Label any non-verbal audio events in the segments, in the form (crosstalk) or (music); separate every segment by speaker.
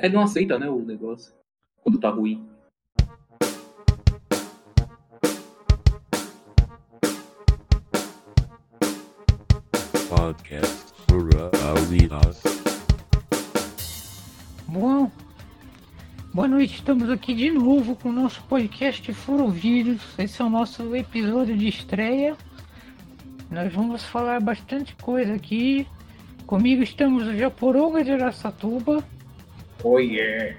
Speaker 1: Ele não aceita, né, o negócio. Quando tá ruim.
Speaker 2: Podcast Sura Audidas.
Speaker 3: Bom, boa noite, estamos aqui de novo com o nosso podcast Furo Vídeos. Esse é o nosso episódio de estreia. Nós vamos falar bastante coisa aqui. Comigo estamos o Japoronga de Aracatuba,
Speaker 1: Oi, é.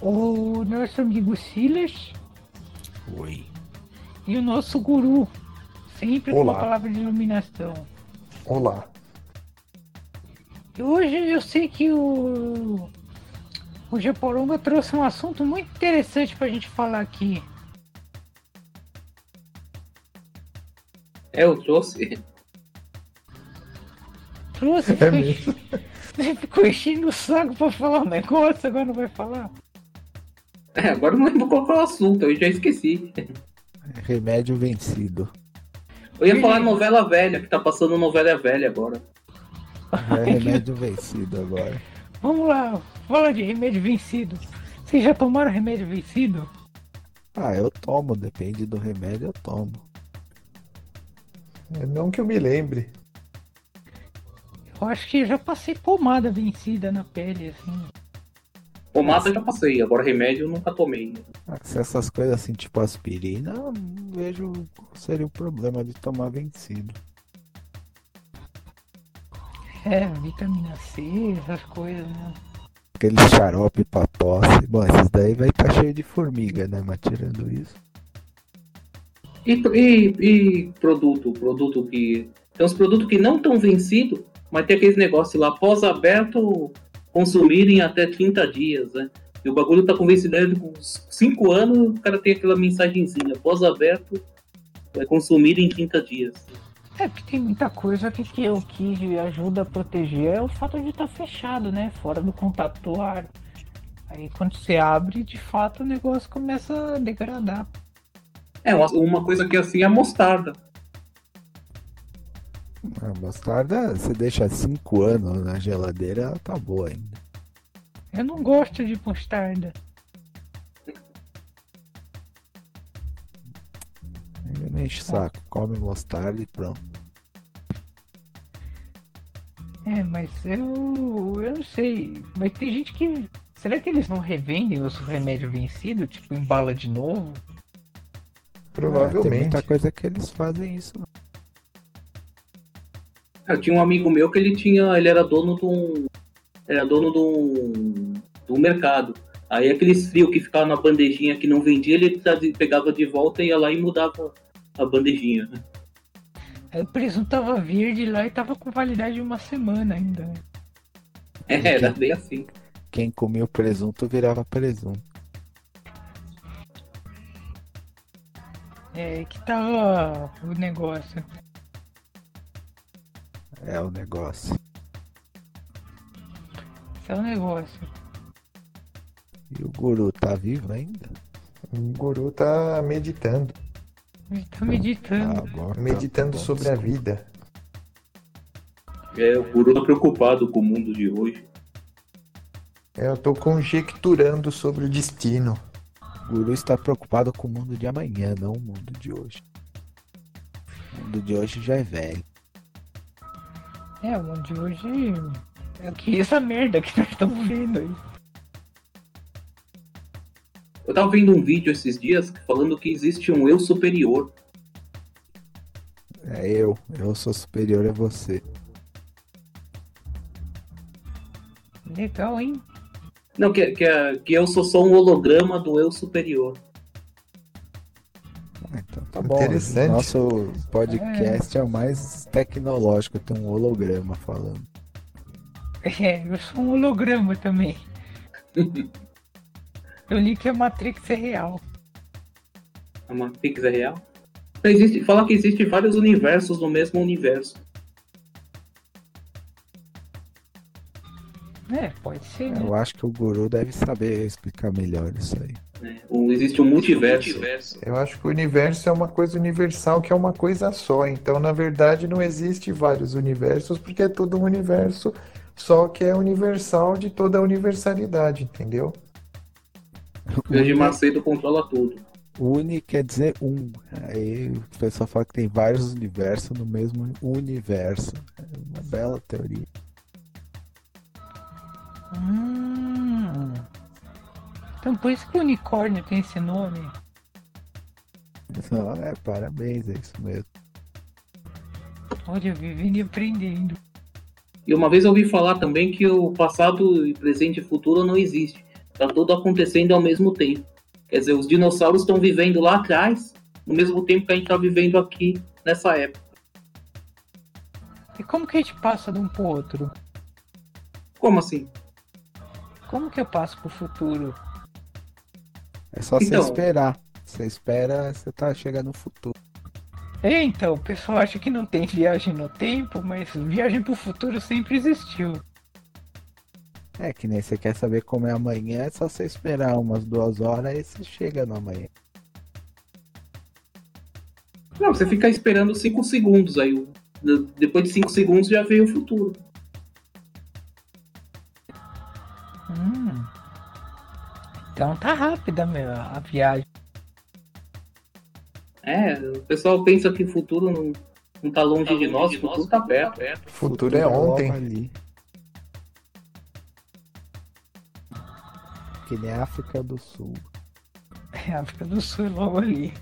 Speaker 3: o nosso amigo Silas
Speaker 4: Oi.
Speaker 3: e o nosso guru, sempre com
Speaker 4: Olá.
Speaker 3: a palavra de iluminação.
Speaker 4: Olá.
Speaker 3: E hoje eu sei que o, o Japoronga trouxe um assunto muito interessante pra gente falar aqui.
Speaker 1: É, eu trouxe. (laughs)
Speaker 3: Trouxe,
Speaker 4: É
Speaker 3: ficou,
Speaker 4: mesmo.
Speaker 3: enche- (laughs) ficou enchendo o saco pra falar um negócio, agora não vai falar.
Speaker 1: É, agora eu não lembro qual foi o assunto, eu já esqueci.
Speaker 4: Remédio vencido.
Speaker 1: Eu ia falar novela velha, que tá passando novela velha agora.
Speaker 4: É remédio vencido agora.
Speaker 3: Vamos lá, fala de remédio vencido. Vocês já tomaram remédio vencido?
Speaker 4: Ah, eu tomo, depende do remédio, eu tomo.
Speaker 5: É, Não que eu me lembre.
Speaker 3: Eu acho que já passei pomada vencida na pele, assim.
Speaker 1: Pomada eu já passei, agora remédio eu nunca tomei.
Speaker 4: Ah, Se essas coisas assim, tipo aspirina, eu não vejo qual seria o problema de tomar vencido.
Speaker 3: É, vitamina C, essas coisas, né?
Speaker 4: Aquele xarope pra posse. Bom, esses daí vai estar cheio de formiga, né? Mas tirando isso.
Speaker 1: E, e, e produto, produto que. Tem uns produtos que não estão vencidos, mas tem aqueles negócios lá, pós aberto, consumirem até 30 dias, né? E o bagulho tá com vencimento com 5 anos, o cara tem aquela mensagenzinha, pós aberto, vai consumir em 30 dias.
Speaker 3: É, porque tem muita coisa que, que o que ajuda a proteger é o fato de estar fechado, né? Fora do contato do ar. Aí quando você abre, de fato o negócio começa a degradar.
Speaker 1: É, uma, uma coisa que assim é a mostarda.
Speaker 4: A mostarda, você deixa 5 anos na geladeira, ela tá boa ainda.
Speaker 3: Eu não gosto de mostarda.
Speaker 4: Aí Não enche o
Speaker 5: Tá.
Speaker 4: saco, come mostarda e pronto.
Speaker 3: É, mas eu. Eu não sei. Mas tem gente que. Será que eles não revendem os remédio vencido? Tipo, embala de novo?
Speaker 4: Ah, tem
Speaker 5: Provavelmente.
Speaker 4: muita coisa que eles fazem isso. né? não.
Speaker 1: Eu tinha um amigo meu que ele tinha. Ele era dono de um. Era dono de um, de um mercado. Aí aqueles frios que ficavam na bandejinha que não vendia, ele trazi- pegava de volta, ia lá e mudava a bandejinha. (laughs)
Speaker 3: Aí o presunto tava verde lá e tava com validade de uma semana ainda. né?
Speaker 1: É, era bem assim.
Speaker 4: Quem comia o presunto virava presunto.
Speaker 3: É, que tava o negócio.
Speaker 4: É o negócio.
Speaker 3: Esse é o negócio.
Speaker 4: E o guru tá vivo ainda?
Speaker 5: O guru tá meditando.
Speaker 3: Ele tá meditando.
Speaker 4: bom. tá
Speaker 5: Meditando
Speaker 4: bom,
Speaker 5: sobre a
Speaker 4: desculpa.
Speaker 5: vida.
Speaker 1: É, o Guru tá preocupado com o mundo de hoje.
Speaker 5: É, Eu tô conjecturando sobre o destino.
Speaker 4: O guru está preocupado com o mundo de amanhã, não o mundo de hoje. O mundo de hoje já é velho.
Speaker 3: É, o mundo de hoje. É o que essa merda que nós estamos vendo aí.
Speaker 1: Eu tava vendo um vídeo esses dias falando que existe um eu superior.
Speaker 4: É eu. Eu sou superior a você.
Speaker 3: Legal, hein?
Speaker 1: Não, que, que, é- que eu sou só um holograma do eu superior.
Speaker 4: Ah, então tá bom.
Speaker 5: Interessante.
Speaker 4: Nosso podcast é o mais tecnológico. Tem um holograma falando.
Speaker 3: É, eu sou um holograma (laughs) também. eu li que a Matrix é real.
Speaker 1: A Matrix é real. Então, existe, fala que existe vários universos no mesmo universo.
Speaker 3: É, pode ser, né?
Speaker 4: Eu acho que o guru deve saber explicar melhor isso aí.
Speaker 1: né? Um- existe um multiverso.
Speaker 5: Eu acho que o universo é uma coisa universal que é uma coisa só. Então, na verdade, não existe vários universos porque é todo um universo só que é universal de toda a universalidade, entendeu?
Speaker 1: Grande de Macedo controla tudo.
Speaker 4: Uni quer dizer um. Aí o pessoal fala que tem vários universos no mesmo universo. É uma bela teoria.
Speaker 3: Hum. Então por isso que o unicórnio tem esse nome.
Speaker 4: Não, é, parabéns, é isso mesmo.
Speaker 3: Olha, eu vivendo e aprendendo.
Speaker 1: E uma vez eu ouvi falar também que o passado, e presente e futuro não existe. Tá tudo acontecendo ao mesmo tempo. Quer dizer, os dinossauros estão vivendo lá atrás, no mesmo tempo que a gente tá vivendo aqui nessa época.
Speaker 3: E como que a gente passa de um pro outro?
Speaker 1: Como assim?
Speaker 3: Como que eu passo pro futuro?
Speaker 4: É só
Speaker 1: Então.
Speaker 4: você esperar. Você espera, você tá chegando no futuro.
Speaker 3: É, então, o pessoal acha que não tem viagem no tempo, mas viagem pro futuro sempre existiu.
Speaker 4: É que nem você quer saber como é amanhã, é só você esperar umas duas horas e você chega no amanhã.
Speaker 1: Não, você fica esperando 5 segundos aí. o- de- Depois de 5 segundos já veio o futuro.
Speaker 3: Hum. Então tá rápida meu, a viagem. (laughs)
Speaker 1: É, o pessoal pensa que o futuro não, não tá longe de nós, o futuro tá perto.
Speaker 5: Futuro é ontem.
Speaker 4: logo ali. Que nem a África do Sul.
Speaker 3: É a África do Sul é logo ali.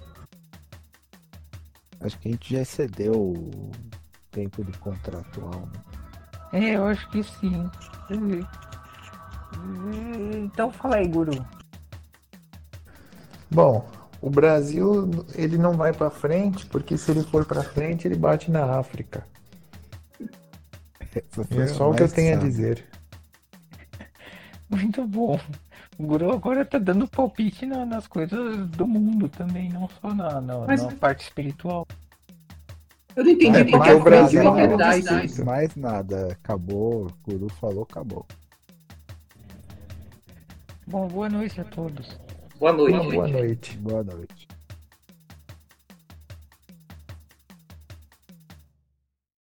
Speaker 4: Acho que a gente já excedeu o tempo de contratual. né?
Speaker 3: É, eu acho que sim. Hum. Hum, Então fala aí, Guru.
Speaker 5: Bom, o Brasil ele não vai pra frente porque se ele for pra frente ele bate na África.
Speaker 4: Essa
Speaker 5: E
Speaker 4: foi
Speaker 5: é
Speaker 4: a
Speaker 5: só o que eu
Speaker 4: mais
Speaker 5: tenho a
Speaker 4: sábia.
Speaker 5: dizer.
Speaker 3: Muito bom. O Guru agora tá dando palpite na- nas coisas do mundo também, não só na, na-
Speaker 1: Mas-
Speaker 3: na parte espiritual.
Speaker 1: Eu não entendi
Speaker 5: É,
Speaker 1: por
Speaker 5: porque
Speaker 1: que
Speaker 5: o Brasil
Speaker 1: não
Speaker 5: é
Speaker 1: é
Speaker 5: verdade.
Speaker 1: verdade.
Speaker 4: Mais nada, acabou. O Guru falou, acabou.
Speaker 3: Bom, boa noite a todos.
Speaker 1: Boa noite.
Speaker 5: Boa noite.
Speaker 4: Boa noite.